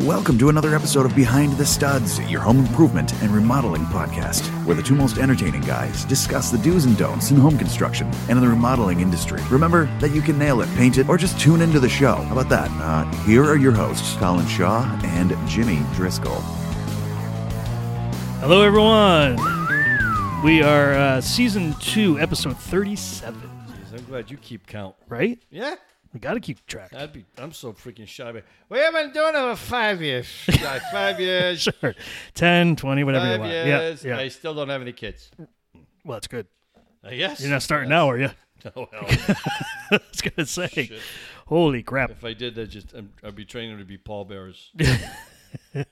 Welcome to another episode of Behind the Studs, your home improvement and remodeling podcast, where the two most entertaining guys discuss the do's and don'ts in home construction and in the remodeling industry. Remember that you can nail it, paint it, or just tune into the show. How about that? Uh, here are your hosts, Colin Shaw and Jimmy Driscoll. Hello, everyone. We are uh, season two, episode 37, Jeez, I'm glad you keep count. right? Yeah, We got to keep track. I'd be. I'm so freaking shy. but We have been doing it for five years. Like five years. Sure. 10, 20, whatever you Five want. years. Yeah, I yeah. still don't have any kids. Well, that's good. I guess. You're not starting now, are you? Oh, hell. I was going to say. Holy crap. if I did that, just I'm, I'd be training them to be pallbearers. oh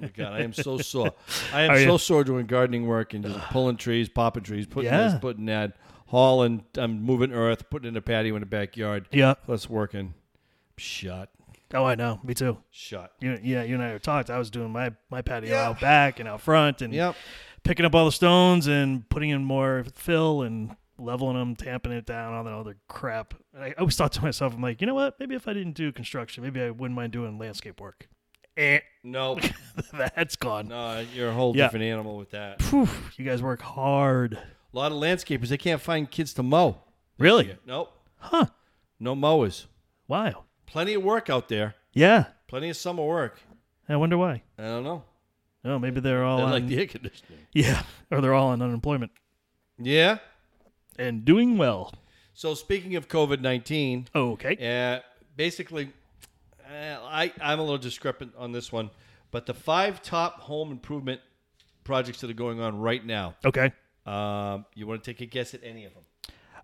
my god, I am so sore. I am Are so you- sore doing gardening work and just pulling trees, popping trees, putting Yeah. this, putting that, hauling. I'm moving earth, putting in a patio in the backyard. Yeah. Plus working. Shot. Oh, I know. Me too. Shot. You, yeah, you and I were talked. I was doing my, my patio out back and out front and Yep. picking up all the stones and putting in more fill and leveling them, tamping it down, all that other crap. And I always thought to myself, I'm like, you know what? Maybe if I didn't do construction, maybe I wouldn't mind doing landscape work. Eh, No. that's gone. No, you're a whole Yeah. different animal with that. Phew, you guys work hard. A lot of landscapers, they can't find kids to mow. Really? Nope. Huh. No mowers. Wow. Plenty of work out there. Yeah. Plenty of summer work. I wonder why. I don't know. Oh, maybe they're all I on, like the air conditioning. yeah, or they're all on unemployment Yeah. and doing well. So speaking of COVID nineteen, Okay. uh, basically, uh, I I'm a little discrepant on this one, but the five top home improvement projects that are going on right now. Okay. Um, you want to take a guess at any of them?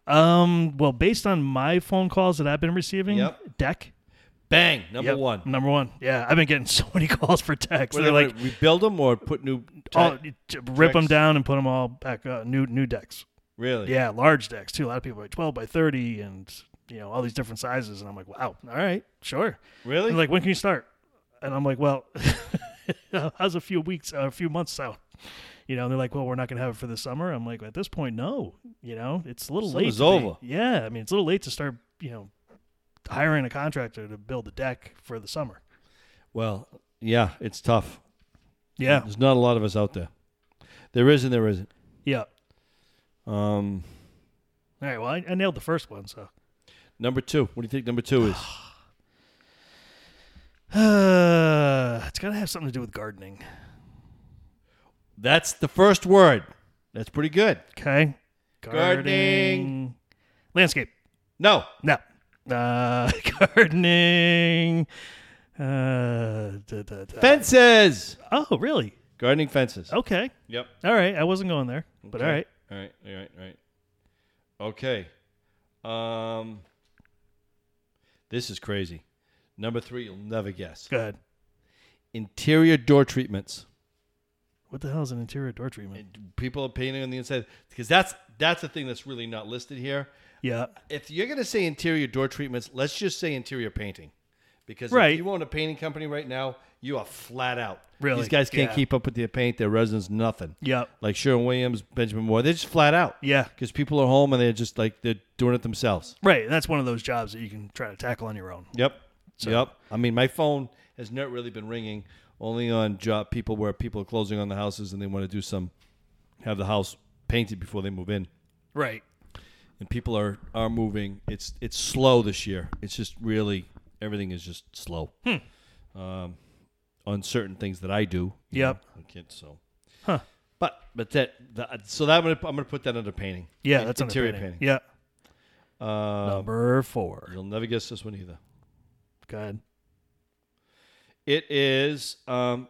Um. Well, based on my phone calls that I've been receiving, Yep. deck Bang, number Yep, one. Number one. Yeah, I've been getting so many calls for text. Whether They're like, Oh, we rebuild them or put new. all, ti- t- rip them decks. down and put them all back. Uh, new new decks. really? Yeah, large decks too. A lot of people are twelve by thirty and you know all these different sizes. And I'm like, wow. All right, sure. Really? They're like, when can you start? And I'm like, well, how's a few weeks, uh, a few months out? You know, and they're like, well, we're not going to have it for the summer. I'm like, at this point, no. You know, it's a little late. Summer's to be- over. yeah, I mean, it's a little late to start. You know, hiring a contractor to build a deck for the summer. well, yeah, it's tough. Yeah, There's not a lot of us out there. There is and there isn't. yeah. Um, All right. Well, I, I nailed the first one, so. number two. What do you think number two is? Uh, it's got to have something to do with gardening. That's the first word. That's pretty good. Okay. Gardening. Landscape. No. No. Uh, gardening. Uh, da, da, da. Fences. Oh, really? Gardening fences. Okay. Yep. All right. I wasn't going there, but all right. All right. All right. All right. Okay. Um, this is crazy. Number three, you'll never guess. Go ahead. Interior door treatments. What the hell is an interior door treatment? And people are painting on the inside because that's that's the thing that's really not listed here. Yeah. if you're going to say interior door treatments, let's just say interior painting. Because Right. if you own a painting company right now, you are flat out. Really? These guys can't Yeah. keep up with their paint, their resins, nothing. Yeah. Like Sherwin Williams, Benjamin Moore, they're just flat out. Yeah. Because people are home and they're just like, they're doing it themselves. Right. That's one of those jobs that you can try to tackle on your own. Yep. Yep. I mean, my phone has not really been ringing, only on job people where people are closing on the houses and they want to do some, have the house painted before they move in. Right. and people are are moving. It's it's slow this year. It's just really everything is just slow. Um, on certain things that I do. Hmm. you Yep. know, I can't so. Huh. But but that, that so that I'm gonna, I'm gonna put that under painting. Yeah. In- That's under interior painting. painting. Yeah. Uh, Number four. you'll never guess this one either. Go ahead. It is um,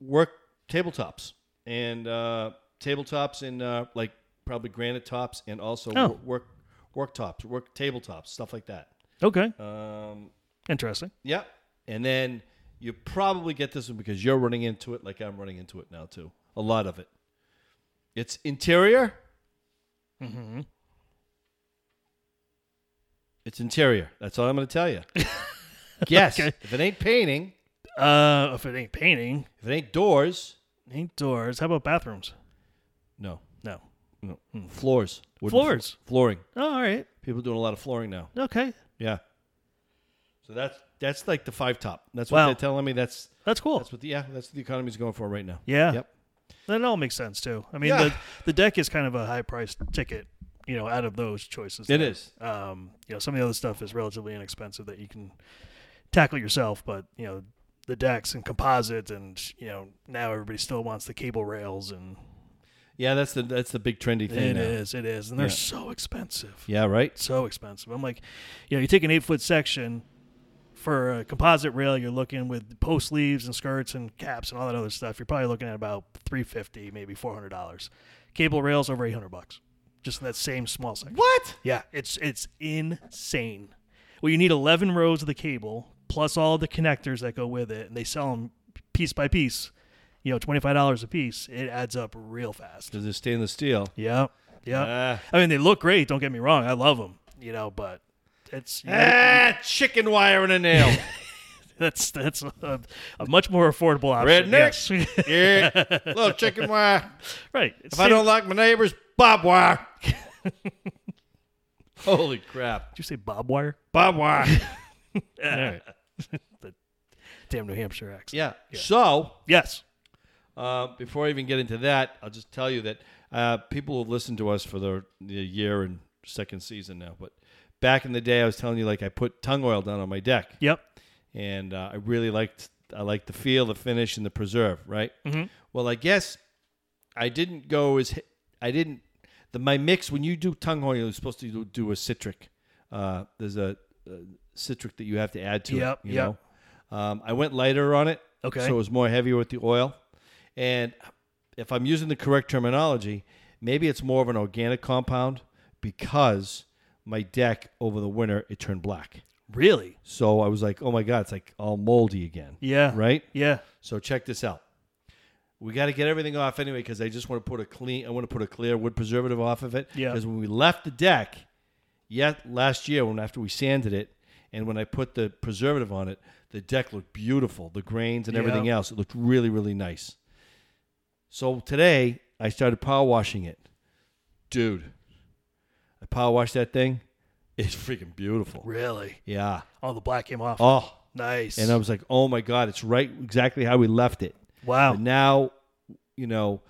work tabletops and uh, tabletops and uh, like probably granite tops and also Oh. work, work work tops, work tabletops, stuff like that. Okay. Um, Interesting. Yep. And then you probably get this one because you're running into it like I'm running into it now too. A lot of it. It's interior. Mm-hmm. It's interior. That's all I'm going to tell you. Guess Okay. if it ain't painting, Uh, if it ain't painting, if it ain't doors, it ain't doors. How about bathrooms? no, No. no floors, Wooden Hmm. Floors. flo- flooring. Oh, all right. People doing a lot of flooring now. Okay. Yeah. So So that's that's like the five top. That's Wow. what they're telling me. That's That's cool. that's what the yeah that's what the economy's going for right now. yeah. Yep. That all makes sense too. I mean, Yeah. the the deck is kind of a high priced ticket, you know, out of those choices. It there. is. Um, you know, some of the other stuff is relatively inexpensive that you can tackle yourself, but you know, the decks and composite, and you know, now everybody still wants the cable rails, and Yeah, that's the that's the big trendy it thing. is, now. it is, and they're Yeah. so expensive, Yeah, right. so expensive. I'm like, you know, you take an eight foot section. For a composite rail, you're looking with post leaves and skirts and caps and all that other stuff. You're probably looking at about three fifty, maybe four hundred dollars. Cable rails over eight hundred bucks, just in that same small section. What? Yeah, it's it's insane. Well, you need 11 rows of the cable plus all the connectors that go with it, and they sell them piece by piece. You know, $25 a piece. It adds up real fast. Because it's stainless steel. Yeah, yeah. Ah. I mean, they look great. Don't get me wrong. I love them. You know, but it's you gotta- Ah, chicken wire and a nail. that's that's a, a much more affordable option. Rednecks. Yes. yeah, little chicken wire. right. It's If I don't like my neighbors, bob wire. Holy crap, Did you say bob wire? Eh. bob wire. All right. Damn New Hampshire accent. Yeah. So Yes. uh, before I even get into that, I'll just tell you that uh, people have listened to us for the, the year and second season now. But back in the day, I was telling you like I put tongue oil down on my deck. Yep. and uh, I really liked I liked the feel, the finish, and the preserve. Right. Mm-hmm. Well, I guess I didn't go as hi- I didn't the my mix when you do tongue oil, you're supposed to do, do a citric. Uh, there's a, a citric that you have to add to Yep, it. You yep. know, um, I went lighter on it. Okay. So it was more heavier with the oil, and if I'm using the correct terminology, maybe it's more of an organic compound because my deck over the winter it turned black. Really? So I was like, oh my God, it's like all moldy again. Yeah. Right? Yeah. So check this out. We got to get everything off anyway because I just want to put a clean, I want to put a clear wood preservative off of it. Yeah. Because when we left the deck, yet last year, when after we sanded it and when I put the preservative on it, the deck looked beautiful. The grains and everything Yeah. else, it looked really, really nice. So today, I started power washing it. Dude, I power washed that thing. It's freaking beautiful. Really? Yeah. All the black came off. Oh, nice. and I was like, "Oh my god, it's right exactly how we left it." wow. But now, you know,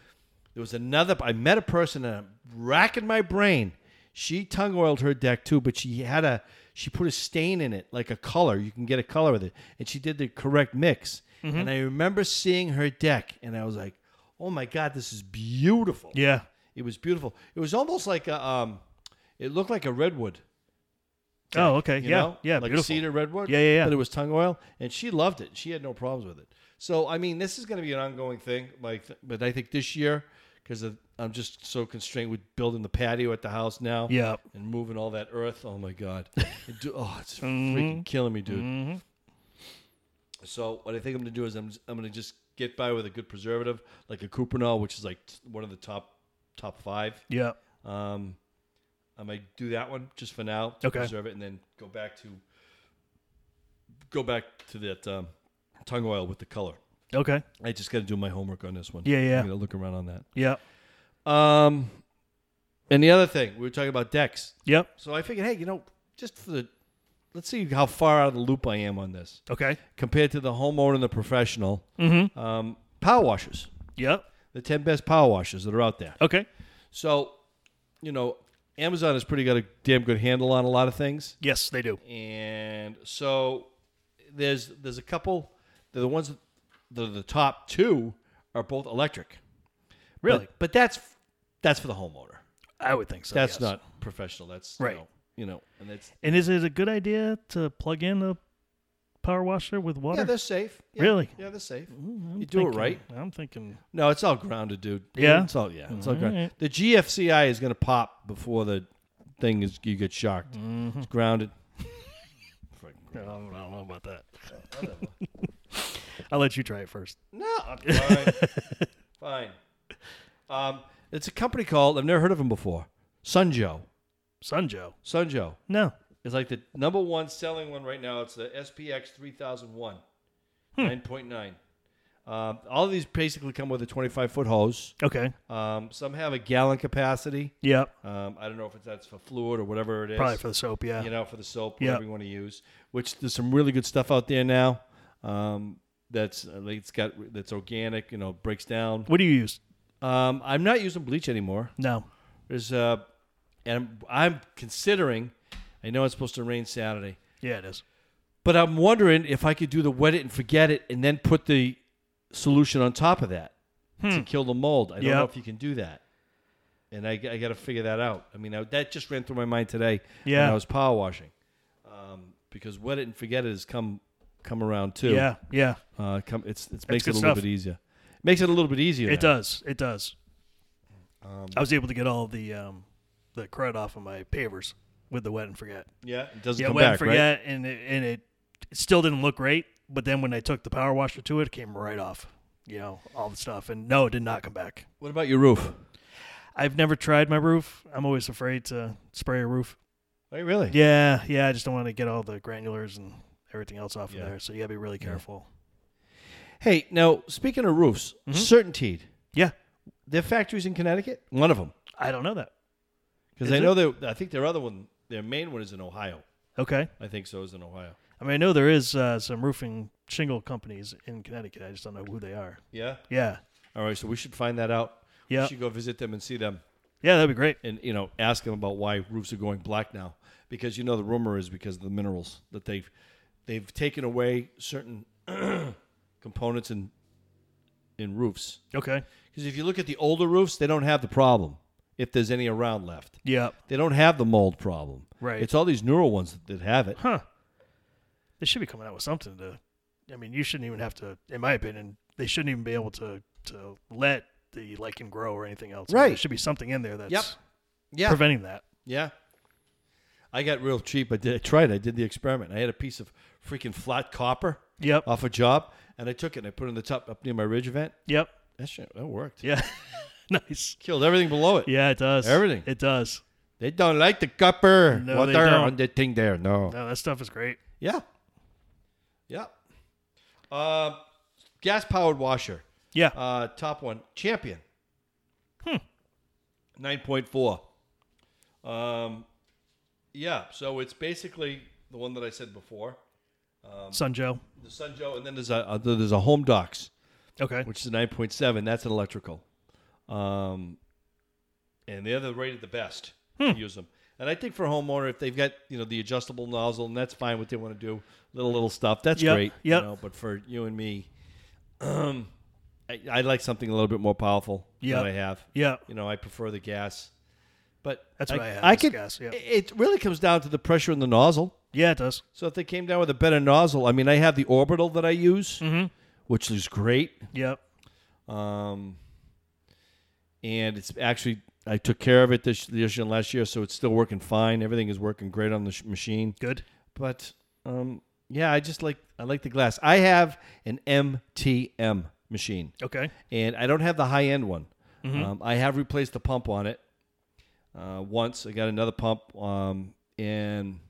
there was another. I met a person and I'm racking my brain. She tongue oiled her deck too, but she had a she put a stain in it, like a color. You can get a color with it, and she did the correct mix. Mm-hmm. And I remember seeing her deck, and I was like, "Oh my god, this is beautiful." Yeah. It was beautiful. It was almost like a um, it looked like a redwood. Oh, okay. You yeah. know? Yeah. Like beautiful. cedar redwood. Yeah, yeah, yeah. But it was tongue oil, and she loved it. She had no problems with it. So I mean, this is going to be an ongoing thing. Like, but I think this year because I'm just so constrained with building the patio at the house now. Yeah. And moving all that earth. Oh my god. It do- oh, it's Mm-hmm. freaking killing me, dude. So what I think I'm going to do is I'm I'm going to just get by with a good preservative like a Cuprinol, which is like t- one of the top top five. Yeah. Um, I might do that one just for now to Okay. preserve it, and then go back to go back to that um, tongue oil with the color. Okay. I just got to do my homework on this one. Yeah, yeah. I'm gonna look around on that. Yeah. Um, and the other thing we were talking about decks, Yep. so I figured, hey, you know, just for the let's see how far out of the loop I am on this Okay. compared to the homeowner and the professional. Mm-hmm. Um, power washers, Yep. the ten best power washers that are out there. Okay. So, you know, Amazon has pretty got a damn good handle on a lot of things, Yes, they do. and so there's there's a couple. The ones that- the the top two are both electric. Really? but, but that's that's for the homeowner. I would think so. That's yes. not professional. That's Right. You know, you know, and that's And is it a good idea to plug in a power washer with water? yeah, they're safe. Yeah, Really? Yeah, they're safe. I'm you do it thinking- right. I'm thinking. Mm-hmm, No, it's all grounded, dude. Yeah? it's all yeah, it's all grounded. Alright. The GFCI is gonna pop before the thing is you get shocked. It's grounded. I don't, I don't know about that. I'll let you try it first. No, I'm fine. fine. Um, it's a company called I've never heard of them before. Sunjo. Sunjo. Sunjo No. is like the number Hmm. one selling one right now. It's the SPX three thousand one, nine point nine. Um, all of these basically come with a 25 foot hose. Okay. Um, some have a gallon capacity. Yep. Um, I don't know if it's, that's for fluid or whatever it is. Probably for the soap. Yeah. you know for the soap, Yeah. whatever you want to use. Which there's some really good stuff out there now. Um, that's uh, like, it's got that's organic. You know, breaks down. What do you use? Um, I'm not using bleach anymore. No. There's uh, and I'm, I'm considering. I know it's supposed to rain Saturday, Yeah, it is. but I'm wondering if I could do the wet it and forget it, and then put the solution on top of that to kill the mold. I don't know Hmm. Yep. if you can do that, and I, I got to figure that out. I mean, I, that just ran through my mind today when Yeah. I was power washing, um, because wet it and forget it has come come around too. Yeah. Yeah. uh, come, it's it makes it a good little stuff. bit easier. Makes it a little bit easier. It now. does. It does. I was able to get all the um, the crud off of my pavers with the wet and forget. Yeah, it doesn't Yeah, come wet back, and right? forget, and it, and it it still didn't look great. But then when I took the power washer to it, it came right off. You know all the stuff, and no, it did not come back. What about your roof? I've never tried my roof. I'm always afraid to spray a roof. Wait, really? Yeah, yeah. I just don't want to get all the granulars and everything else off Yeah. of there. So you gotta be really careful. Hey, now speaking of roofs, Certainteed, Yeah, their factories in Connecticut, one of them, I don't know that. because Is I it? know that I think their other one, their main one, is in Ohio. Okay. I think so is in Ohio. I mean, I know there is uh, some roofing shingle companies in Connecticut. I just don't know who they are. Yeah. Yeah, All right, so we should find that out. Yeah. We should go visit them and see them, yeah, that'd be great. and you know, ask them about why roofs are going black now, because you know the rumor is because of the minerals that they've they've taken away certain components in in roofs. Okay. Because if you look at the older roofs, they don't have the problem if there's any around left. Yeah. They don't have the mold problem. Right. It's all these neural ones that have it. Huh. They should be coming out with something to. I mean, you shouldn't even have to. In my opinion, they shouldn't even be able to to let the lichen grow or anything else. I mean, Right. There should be something in there that's Yeah. preventing that. yeah. I got real cheap. I did. I tried. it. I did the experiment. I had a piece of freaking flat copper Yep. off a job, and I took it and I put it in the top up near my ridge vent. yep. That shit, that worked. Yeah. nice. Killed everything below it. Yeah, it does. Everything. It does. They don't like the copper No, water they don't. on the thing there. No. No, that stuff is great. Yeah. Yeah. Uh, gas powered washer. Yeah. Uh, top one, champion. Hmm. Nine point four. Um, yeah. So it's basically the one that I said before, Um, Sun Joe. the Sunjo, and then there's a, a there's a Home Docs, Okay. which is a nine point seven. That's an electrical. Um, and they're the rated the best. Hmm. to Use them, and I think for a homeowner, if they've got you know the adjustable nozzle, and that's fine. What they want to do, little little stuff, that's Yep, great. yep. You know, but for you and me, um, I, I like something a little bit more powerful Yep. that I have. Yeah. You know, I prefer the gas, but That's what I have, I is could, gas, yeah. It really comes down to the pressure in the nozzle. Yeah, it does. So if they came down with a better nozzle, I mean, I have the orbital that I use, Mm-hmm. which is great, Yep. um, and it's actually I took care of it this, this year and last year, so it's still working fine. Everything is working great on the sh- machine, Good. but um, yeah, I just like I like the glass. I have an MTM machine Okay. and I don't have the high end one. Mm-hmm. Um, I have replaced the pump on it uh, once. I got another pump, um, and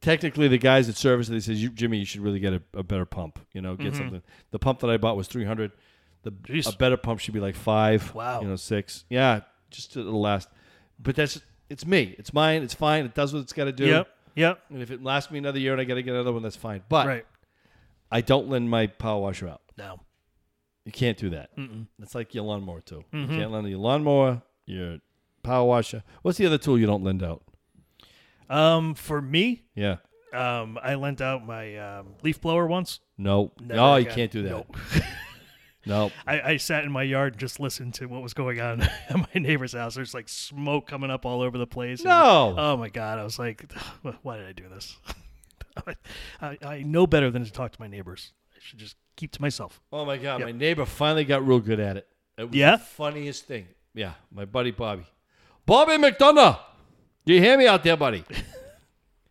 technically, the guys that service it they says, you, "Jimmy, you should really get a, a better pump. You know, get something." The pump that I bought was three hundred. The Mm-hmm. Jeez. a better pump should be like five. Wow. you know, six. Yeah, just to the last. But that's it's me. It's mine. It's fine. It does what it's got to do. Yep. Yep. And if it lasts me another year and I got to get another one, that's fine. But Right. I don't lend my power washer out. No. You can't do that. It's like your lawnmower too. You can't lend your lawnmower, your power washer. What's the other tool you don't lend out? Um, for me, Yeah. um, I lent out my um, leaf blower once. No. Never No, Oh, you again. can't do that. Nope. No. I, I sat in my yard and just listened to what was going on at my neighbor's house. There's like smoke coming up all over the place. and- No. oh my god! I was like, why did I do this? I, I know better than to talk to my neighbors. I should just keep to myself. Oh my god, Yep. my neighbor finally got real good at it. It was Yeah? the funniest thing. Yeah, my buddy Bobby. Bobby McDonough. Do you hear me out there, buddy?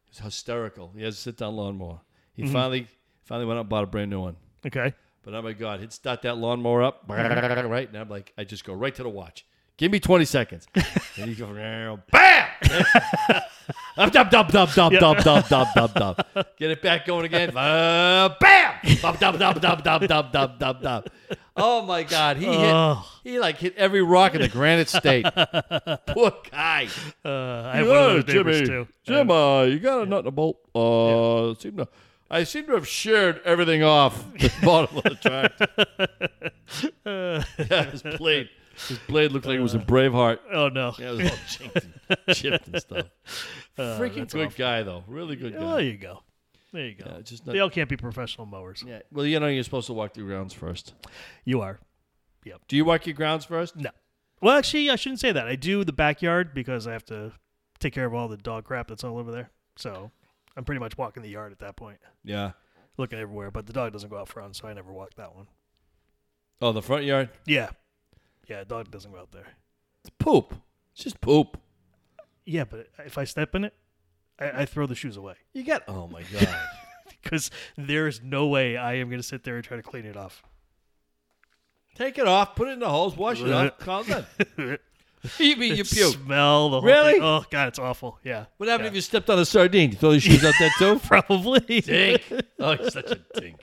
it's hysterical. He has a sit down lawnmower. He finally finally went out and bought a brand new one. Okay. But oh my God, he'd start that lawnmower up, right? And I'm like, I just go right to the watch. Give me 20 seconds. And he go, bam! Dub, dub, dub, dub, dub, Yeah. dub, dub, dub, dub, dub. Get it back going again. Uh, bam! Dub, dub, dub, dub, dub, dub, dub, dub, dub. Oh my God. He hit, Oh. he like hit every rock in the Granite State. Poor guy. Uh, I have one of those neighbors too. Jim, uh, you got a nut in a bolt. Uh, seem to, I seem to have shared everything off the bottom of the track. yeah, his blade. His blade looked like it was a Braveheart. Oh no. Yeah, it was all chinked and chipped and stuff. Freaking good guy, though. Really good Oh, Uh, there guy. you go. There you go. Yeah, just they not, all can't be professional mowers. yeah. Well, you know, you're supposed to walk through grounds first. You are. Do you walk your grounds first? No. Well, actually, I shouldn't say that. I do the backyard because I have to take care of all the dog crap that's all over there. So I'm pretty much walking the yard at that point, Yeah. looking everywhere. But the dog doesn't go out front, so I never walk that one. Oh, the front yard? Yeah. Yeah, the dog doesn't go out there. It's poop. It's just poop. Yeah, but if I step in it, I, I throw the shoes away You got, oh my God. because there's no way I am going to sit there and try to clean it off. Take it off, put it in the hose, wash it off, call it done. you mean you puke? Smell the whole Really? thing. Oh, God, it's awful. Yeah. What happened Yeah. if you stepped on a sardine? You throw your shoes out there too? Probably. Dink. Oh, you're such a dink.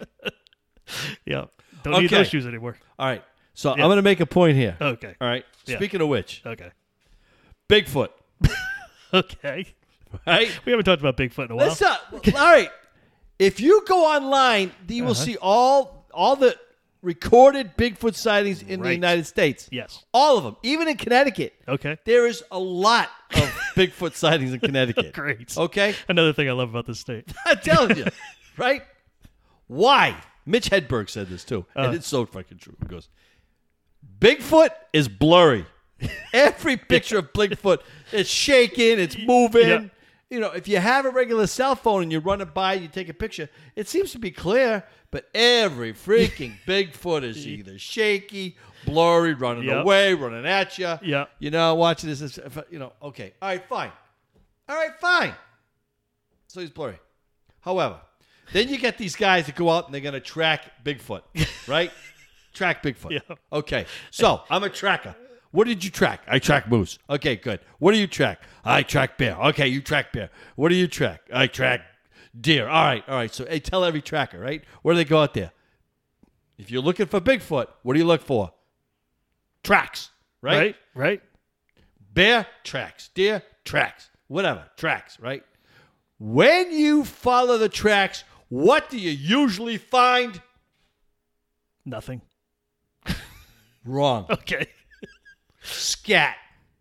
yeah. Don't need Okay. those shoes anymore. All right. So Yeah. I'm going to make a point here. Okay. All right. Yeah. Speaking of which, Okay. Bigfoot, Okay. right? We haven't talked about Bigfoot in a while. Let's not. All right. If you go online, you will see all all the recorded Bigfoot sightings in the Right. United States. Yes. All of them, even in Connecticut. Okay. There is a lot of Bigfoot sightings in Connecticut. Great. Okay. Another thing I love about this state. I'm telling you, right? Why? Mitch Hedberg said this too, Uh. and it's so fucking true. He goes, Bigfoot is blurry. Every picture of Bigfoot is shaking, it's moving. Yeah. You know, if you have a regular cell phone and you run it by, you take a picture, it seems to be clear, but every freaking Bigfoot is either shaky, blurry, running Yep. away, running at you. Yeah. You know, watching this, this, you know, okay. All right, fine. All right, fine. So he's blurry. However, then you get these guys that go out and they're going to track Bigfoot, right? track Bigfoot. Yeah. Okay. So I'm a tracker. What did you track? I track moose. Okay, good. What do you track? I track bear. Okay, you track bear. What do you track? I track deer. All right, all right. So hey, tell every tracker, right? Where do they go out there? If you're looking for Bigfoot, what do you look for? Tracks, right? Right? Right? Bear tracks, deer tracks, whatever, tracks, right? When you follow the tracks, what do you usually find? Nothing. Wrong. Okay. Scat.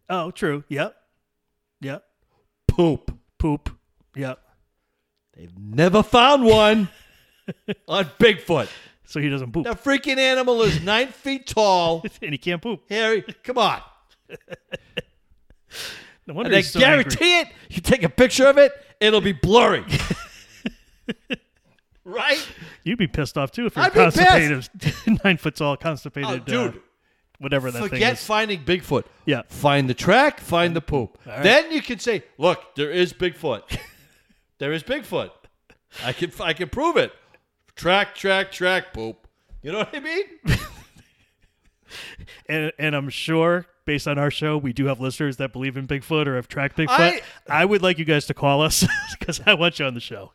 Oh, true. Yep. Yep. Poop. Poop. Yep. They've never found one on Bigfoot. So he doesn't poop. The freaking animal is nine feet tall. And he can't poop. Harry, come on. No wonder And I he's so angry. guarantee it, you take a picture of it, it'll be blurry. right? You'd be pissed off too if you're I'd be pissed. constipated. Nine foot tall, constipated. Oh, uh, dude. whatever that thing Forget is. finding Bigfoot. Yeah. Find the track, find the poop. right. Then you can say, look, there is Bigfoot. there is Bigfoot. I can I can prove it. Track, track, track, poop. You know what I mean? And, and I'm sure, based on our show, we do have listeners that believe in Bigfoot or have tracked Bigfoot. I- I would like you guys to call us because I want you on the show.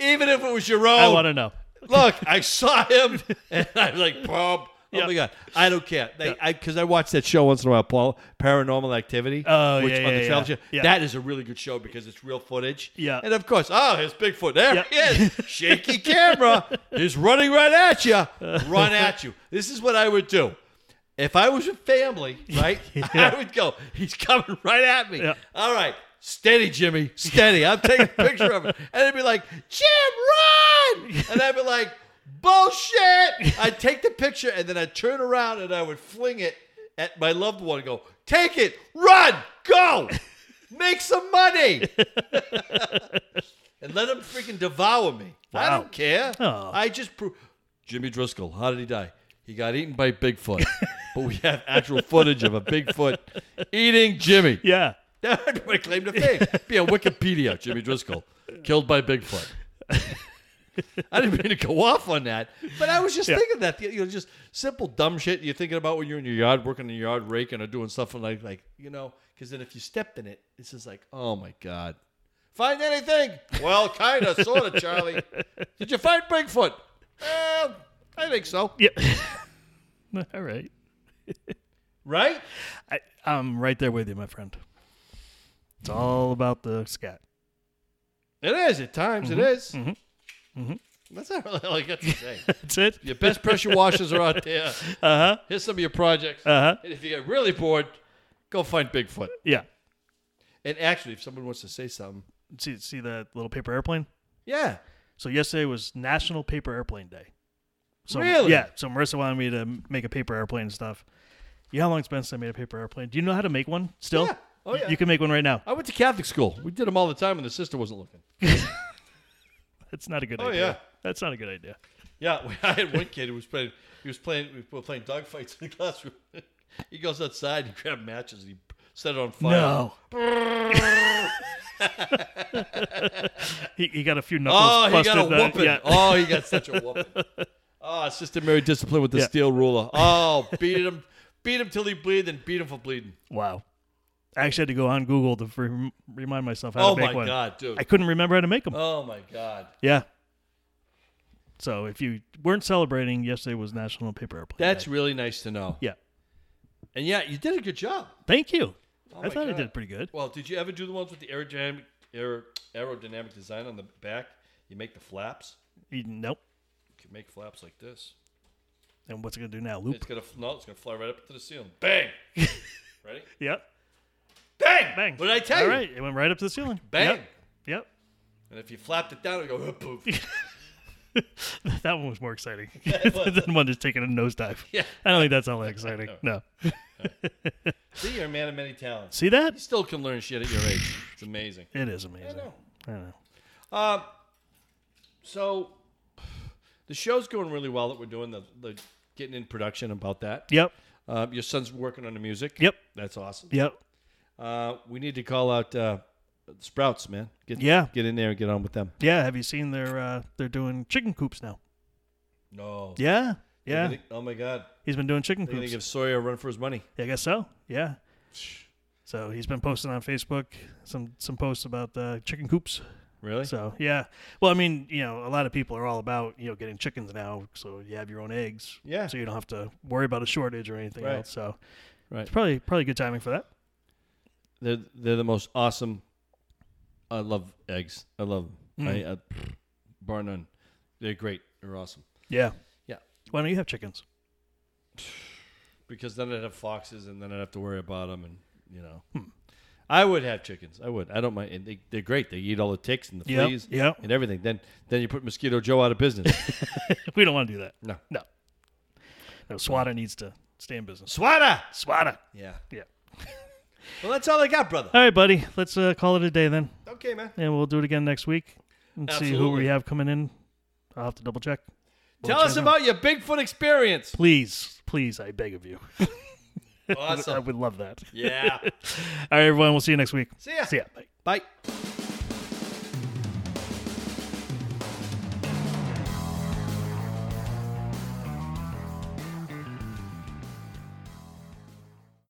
Even if it was your I own. want to know. look, I saw him, and I was like, "Pop!" Oh Yeah. my god, I don't care. They, I because I watch that show once in a while, Paul, Paranormal Activity. Oh, yeah, yeah, Travel yeah. Channel. Yeah. That is a really good show because it's real footage. Yeah. and of course, oh, his Bigfoot. There Yeah. he is, shaky camera. He's running right at you. Run at you. This is what I would do. If I was with family, right, I would go. He's coming right at me. Yeah. All right, steady, Jimmy, steady. I'm taking a picture of it, and it'd be like, Jim, run! And I'd be like, bullshit! I'd take the picture, and then I'd turn around and I would fling it at my loved one. and Go, take it, run, go, make some money, and let him freaking devour me. I Wow. don't care. Oh. I just prove. Jimmy Driscoll, how did he die? He got eaten by Bigfoot. but we have actual footage of a Bigfoot eating Jimmy. Yeah. That would be my claim to fame. Be on Wikipedia, Jimmy Driscoll, killed by Bigfoot. I didn't mean to go off on that, but I was just thinking that you know, just simple dumb shit you're thinking about when you're in your yard, working in your yard, raking or doing stuff like like you know, because then if you stepped in it, it's just like, oh my god, Find anything? Well, kind of, sort of, Charlie. Did you find Bigfoot? Uh, I think so. Yeah. All right. Right? I, I'm right there with you, my friend. It's all about the scat. It is at times. it is. That's not really all I got to say. That's it. Your best pressure washers are out there. Uh huh. Here's some of your projects. Uh huh. And if you get really bored, go find Bigfoot. Yeah. And actually, if someone wants to say something, See, see that little paper airplane? yeah, So yesterday was National Paper Airplane Day. So, Really? Yeah. So Marissa wanted me to make a paper airplane and stuff. You know how long it's been since I made a paper airplane? Do you know how to make one still? Yeah. Oh, You- yeah. You can make one right now. I went to Catholic school. We did them all the time when the sister wasn't looking. That's not a good Oh, idea. yeah. That's not a good idea. Yeah, we- I had one kid who was playing. He was playing. We were playing dog fights in the classroom. He goes outside and grabbed matches and he set it on fire. No. he, he got a few knuckles Oh, he busted. got a uh, whooping. yeah. Oh, he got such a whooping. Oh, it's just a married discipline with the Yeah. steel ruler. Oh, beat him, beat him till he bleed, then beat him for bleeding. Wow. I actually had to go on Google to rem- remind myself how Oh to make my one. god, dude. I couldn't remember how to make them. Oh my god. Yeah. So if you weren't celebrating, yesterday was National Paper Airplane. That's Day. really nice to know. yeah. And yeah, you did a good job. Thank you. Oh, my I thought I God. did pretty good. Well, did you ever do the ones with the aerodynamic aer- aerodynamic design on the back? You make the flaps. You- Nope. You can make flaps like this. And what's it gonna do now? Loop. It's gonna f- no, it's gonna fly right up to the ceiling. Bang! Ready? Yeah. Bang! Bang. What did I tell All you? right. It went right up to the ceiling. Bang! Yep. Yep. And if you flapped it down, it would go poof. that one was more exciting than one just taking a nosedive. Yeah. I don't think that's all that exciting. No. See, you're a man of many talents. See that? You still can learn shit at your age. It's amazing. It is amazing. know. I know. Um, so the show's going really well that we're doing the, the getting in production about that. Yep. Uh, your son's working on the music. Yep. That's awesome. Yep. Uh, we need to call out uh, Sprouts, man. Get, Yeah. Get in there and get on with them. Yeah. Have you seen their? Uh, they're doing chicken coops now. No. Yeah. Yeah. They're gonna- oh my God. He's been doing chicken They're gonna coops. give Sawyer a run for his money. I guess so. Yeah. So he's been posting on Facebook some some posts about uh, chicken coops. Really? So yeah. Well, I mean, you know, a lot of people are all about you know getting chickens now, so you have your own eggs. Yeah. So you don't have to worry about a shortage or anything Right. else. So Right. it's probably probably good timing for that. They're they're the most awesome. I love eggs. I love 'em. Mm. I, I bar none. They're great. They're awesome. Yeah. Yeah. Why don't you have chickens? because then I'd have foxes, and then I'd have to worry about them, and you know, Hmm. I would have chickens. I would. I don't mind. And they, they're great. They eat all the ticks and the Yep, fleas, yep. and everything. Then then you put Mosquito Joe out of business. we don't want to do that. no, No. No. Swada needs to stay in business. Swada. Swada. Yeah. Yeah. Well, that's all I got, brother. All right, buddy. Let's uh, call it a day then, Okay, man. and we'll do it again next week and see who Absolutely. we have coming in. I'll have to double check. We'll Tell let us you know. about your Bigfoot experience. Please, please, I beg of you. I Awesome. would love that. yeah. All right, everyone. We'll see you next week. See ya. See ya. Bye. Bye.